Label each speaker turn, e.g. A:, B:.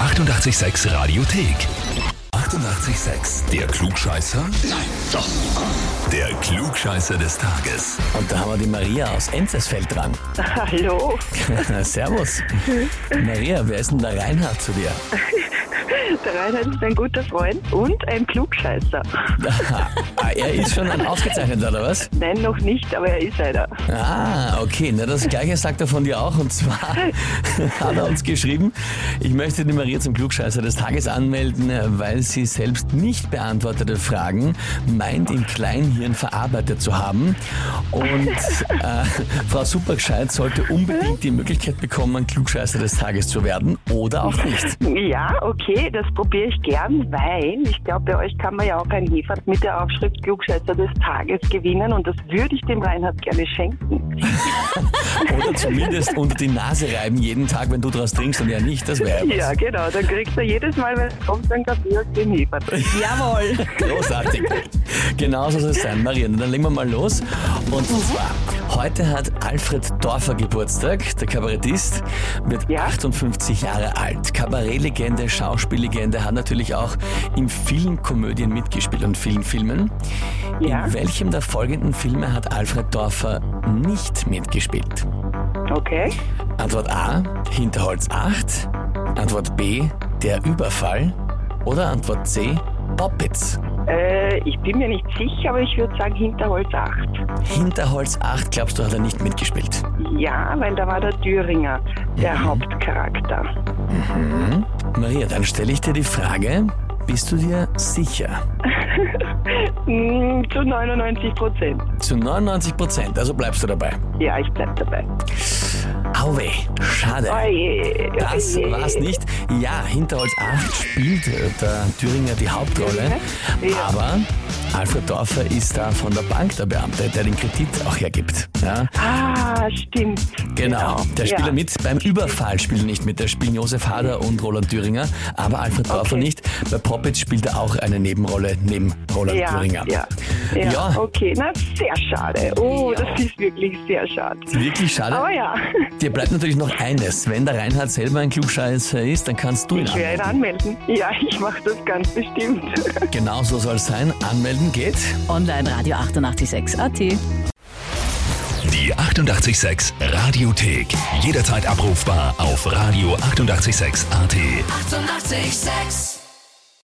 A: 886 Radiothek. 88,6. Der Klugscheißer? Nein, doch. Der Klugscheißer des Tages.
B: Und da haben wir die Maria aus Enzesfeld dran.
C: Hallo,
B: Servus. Maria, wer ist denn der Reinhard zu dir?
C: der Reinhard ist ein guter Freund und ein Klugscheißer.
B: ah, er ist schon ein ausgezeichneter, oder was?
C: Nein, noch nicht, aber er ist einer.
B: Ah, okay. Na, das Gleiche sagt er von dir auch. Und zwar hat er uns geschrieben, ich möchte die Maria zum Klugscheißer des Tages anmelden, weil sie selbst nicht beantwortete Fragen meint, im Kleinhirn verarbeitet zu haben. Und äh, Frau Supergescheit sollte unbedingt die Möglichkeit bekommen, Klugscheißer des Tages zu werden oder auch nicht.
C: Ja, okay, das probiere ich gern, weil ich glaube, bei euch kann man ja auch ein Hefer mit der Aufschrift Klugscheißer des Tages gewinnen und das würde ich dem Reinhard gerne schenken.
B: Oder zumindest unter die Nase reiben jeden Tag, wenn du draus trinkst und er nicht. Das wäre ja
C: Ja, genau, dann kriegt er jedes Mal, wenn er kommt, einen Kaffee aus dem Hefer.
D: Jawohl.
B: Großartig. Genau so soll es sein, Maria. Na, Dann legen wir mal los. Und zwar, heute hat Alfred Dorfer Geburtstag. Der Kabarettist wird
C: Ja.
B: 58 Jahre alt. Kabarettlegende, Schauspiellegende, hat natürlich auch in vielen Komödien mitgespielt und vielen Filmen.
C: Ja.
B: In welchem der folgenden Filme hat Alfred Dorfer nicht mitgespielt?
C: Okay,
B: Antwort A, Hinterholz 8. Antwort B, der Überfall. Oder Antwort C, Poppets.
C: äh, ich bin mir nicht sicher, aber ich würde sagen Hinterholz 8.
B: Hinterholz 8, glaubst du, hat er nicht mitgespielt?
C: Ja, weil da war der Thüringer, der Hauptcharakter.
B: Maria, dann stelle ich dir die Frage, bist du dir sicher?
C: Mm, zu 99 Prozent.
B: Zu 99 Prozent, also bleibst du dabei.
C: Ja, ich bleib dabei.
B: Auwe, schade.
C: Oje,
B: Das
C: oje.
B: war's nicht. Ja, Hinterholz 8 spielt äh, der Thüringer die Hauptrolle,
C: Ja.
B: aber Alfred Dorfer ist da von der Bank der Beamte, der den Kredit auch hergibt. Ja?
C: Ah, stimmt.
B: Genau, der spielt
C: Ja.
B: er mit. Beim Überfall spielt er nicht mit. Da spielen Josef Hader und Roland Thüringer, aber Alfred Dorfer
C: Okay.
B: nicht. Bei Poppets spielt er auch eine Nebenrolle neben Roland
C: Ja,
B: Thüringer.
C: ja, ja,
B: Ja.
C: Okay, na, sehr schade. Oh,
B: Ja.
C: das ist wirklich sehr schade.
B: Wirklich schade.
C: Aber Oh ja,
B: Dir bleibt natürlich noch eines. Wenn der Reinhard selber ein Klugscheißer ist, dann kannst du ihn
C: ich werde
B: anmelden.
C: anmelden. Ja, ich mache das ganz bestimmt.
B: Genau so soll es sein. Anmelden geht.
D: Online Radio 886 AT.
A: Die 88,6 Radiothek. Jederzeit abrufbar auf radio886.at. 88,6.
E: Eighty-eight, sex.